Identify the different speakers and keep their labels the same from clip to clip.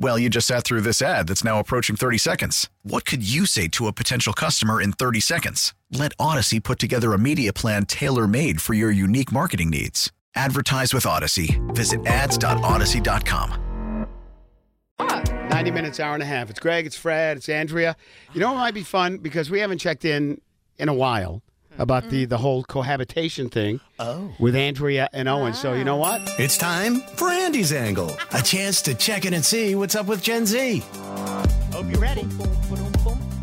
Speaker 1: Well, you just sat through this ad that's now approaching 30 seconds. What could you say to a potential customer in 30 seconds? Let Odyssey put together a media plan tailor made for your unique marketing needs. Advertise with Odyssey. Visit ads.odyssey.com.
Speaker 2: 90 minutes, hour and a half. It's Greg, it's Fred, it's Andrea. You know what might be fun? Because we haven't checked in in a while about the, the whole cohabitation thing
Speaker 3: Oh.
Speaker 2: with Andrea and Owen. So, you know what?
Speaker 3: It's time for Andy's Angle, a chance to check in and see what's up with Gen Z.
Speaker 2: Hope you're ready.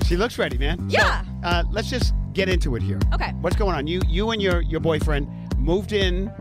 Speaker 2: She looks ready, man.
Speaker 4: Yeah.
Speaker 2: So, uh, let's just get into it here.
Speaker 4: Okay.
Speaker 2: What's going on? You you and your, your boyfriend moved in,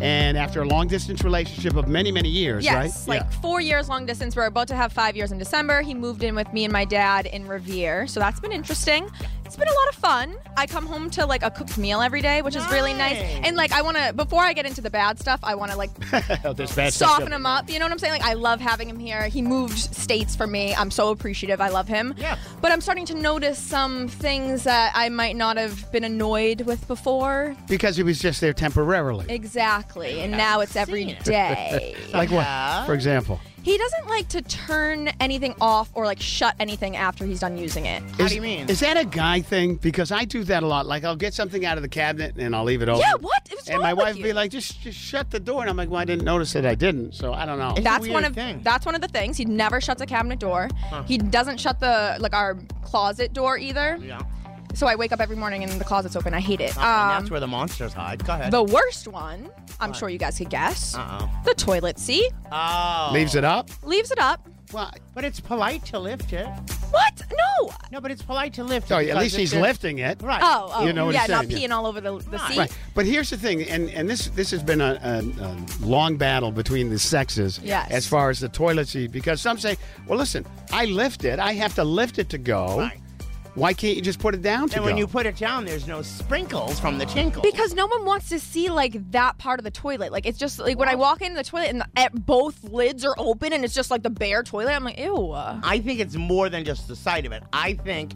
Speaker 2: and after a long distance relationship of many, many years,
Speaker 4: Yes,
Speaker 2: right?
Speaker 4: like four years long distance. We're about to have five years in December. He moved in with me and my dad in Revere. So that's been interesting. It's been a lot of fun. I come home to like a cooked meal every day, which is really nice. And like, I want to, before I get into the bad stuff, I want to like
Speaker 2: yeah. There's bad stuff
Speaker 4: soften
Speaker 2: going
Speaker 4: him up. You know what I'm saying? Like, I love having him here. He moved states for me. I'm so appreciative. I love him.
Speaker 2: Yeah.
Speaker 4: But I'm starting to notice some things that I might not have been annoyed with before.
Speaker 2: Because he was just there temporarily.
Speaker 4: Exactly. And now it's every day.
Speaker 2: like what? For example.
Speaker 4: He doesn't like to turn anything off or like shut anything after he's done using it.
Speaker 2: How do you mean? Is that a guy thing? Because I do that a lot. Like I'll get something out of the cabinet and I'll leave it open.
Speaker 4: Yeah, what? It was
Speaker 2: Oh. And my wife would be like, just, just shut the door. And I'm like, well, I didn't notice that I didn't. So I don't know.
Speaker 4: that's one of that's one of the things. He never shuts a cabinet door. He doesn't shut the like our closet door either. Yeah. So I wake up every morning and the closet's open. I hate it.
Speaker 2: Uh-huh,
Speaker 5: and
Speaker 4: Um,
Speaker 5: that's where the monsters hide. Go ahead.
Speaker 4: the worst one, I'm sure you guys could guess.
Speaker 2: Uh-huh.
Speaker 5: Uh-oh.
Speaker 4: The toilet seat
Speaker 5: Oh.
Speaker 2: Leaves it up?
Speaker 4: leaves it up.
Speaker 2: Well,
Speaker 5: But it's polite to lift it.
Speaker 4: What? No.
Speaker 5: No, but it's polite to lift it.
Speaker 2: sorry, at
Speaker 5: because
Speaker 2: least
Speaker 5: if
Speaker 2: he's
Speaker 5: there's-
Speaker 2: lifting it.
Speaker 5: Right.
Speaker 4: Oh, oh
Speaker 2: You know what
Speaker 4: yeah,
Speaker 2: he's
Speaker 4: not
Speaker 2: saying, yeah.
Speaker 4: peeing all over the, the seat.
Speaker 2: Right. But here's the thing, and, and this this has been a, a, a long battle between the sexes
Speaker 4: Yes.
Speaker 2: as far as the toilet seat, because some say, well, listen, I lift it. I have to lift it to go.
Speaker 5: Right.
Speaker 2: Why can't you just put it down to
Speaker 5: And when
Speaker 2: go?
Speaker 5: you put it down, there's no sprinkles from the tinkle.
Speaker 4: Because no one wants to see like that part of the toilet. Like it's just like when I walk into the toilet and the, eh, both lids are open and it's just like the bare toilet. I'm like, ew.
Speaker 5: I think it's more than just the sight of it. I think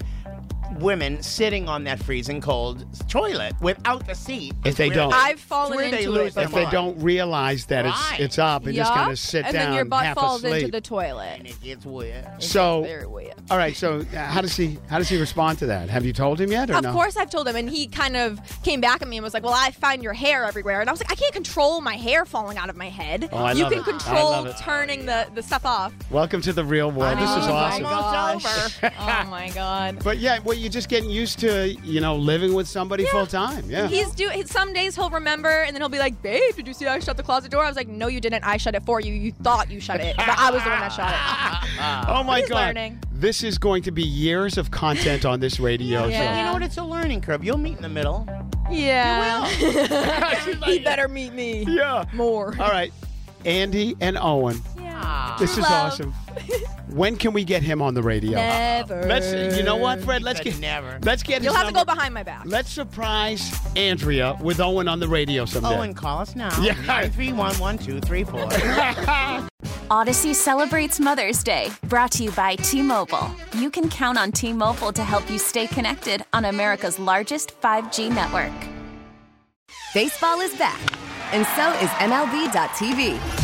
Speaker 5: women sitting on that freezing cold s- toilet without the seat.
Speaker 2: If
Speaker 5: is
Speaker 2: they
Speaker 5: where
Speaker 2: don't.
Speaker 4: I've
Speaker 5: it's
Speaker 4: fallen
Speaker 5: where they
Speaker 4: into
Speaker 5: lose
Speaker 4: it.
Speaker 5: their
Speaker 2: if they
Speaker 5: mind.
Speaker 2: don't realize that
Speaker 5: Right.
Speaker 2: it's it's up and just
Speaker 4: Yup.
Speaker 2: kind of sit
Speaker 4: and
Speaker 2: down
Speaker 4: then your butt
Speaker 2: half
Speaker 4: falls
Speaker 2: asleep.
Speaker 4: into the toilet.
Speaker 5: And it gets weird.
Speaker 2: so
Speaker 4: Very weird.
Speaker 2: All right. So, uh, how does he? How does he respond to that? Have you told him yet, or
Speaker 4: Of
Speaker 2: no?
Speaker 4: course, I've told him, and he kind of came back at me and was like, "Well, I find your hair everywhere," and I was like, "I can't control my hair falling out of my head.
Speaker 2: Oh, I
Speaker 4: you
Speaker 2: love
Speaker 4: can
Speaker 2: it. I love
Speaker 4: control
Speaker 2: it.
Speaker 4: turning the, the stuff off."
Speaker 2: Welcome to the real world. This is
Speaker 4: oh,
Speaker 2: awesome.
Speaker 4: My
Speaker 5: Almost
Speaker 4: gosh. oh my god.
Speaker 2: But yeah, well, you're just getting used to you know living with somebody full time. Yeah.
Speaker 4: He's do some days he'll remember and then he'll be like, "Babe, did you see I shut the closet door?" I was like, "No, you didn't. I shut it for you. You thought you shut it, but I was the one that shut it."
Speaker 2: oh my
Speaker 4: he's
Speaker 2: god.
Speaker 4: learning.
Speaker 2: This is going to be years of content on this radio
Speaker 4: Yeah.
Speaker 5: You know what? It's a learning curve. You'll meet in the middle.
Speaker 4: Yeah.
Speaker 2: show.
Speaker 4: he better meet me
Speaker 2: yeah.
Speaker 4: more.
Speaker 2: All right. Andy and Owen.
Speaker 4: Yeah.
Speaker 2: This
Speaker 4: True
Speaker 2: is
Speaker 4: love.
Speaker 2: awesome. When can we get him on the radio?
Speaker 4: Never.
Speaker 2: Let's. You know what, Fred? Let's
Speaker 5: said
Speaker 2: get.
Speaker 5: never.
Speaker 2: Let's get.
Speaker 4: You'll
Speaker 2: his
Speaker 4: have to go
Speaker 2: number.
Speaker 4: behind my back.
Speaker 2: Let's surprise Andrea with Owen on the radio someday.
Speaker 5: Oh, and call us now.
Speaker 2: Yeah.
Speaker 5: 931 1234.
Speaker 6: Odyssey celebrates Mother's Day, brought to you by T Mobile. You can count on T Mobile to help you stay connected on America's largest 5G network.
Speaker 7: Baseball is back, and so is MLB.tv.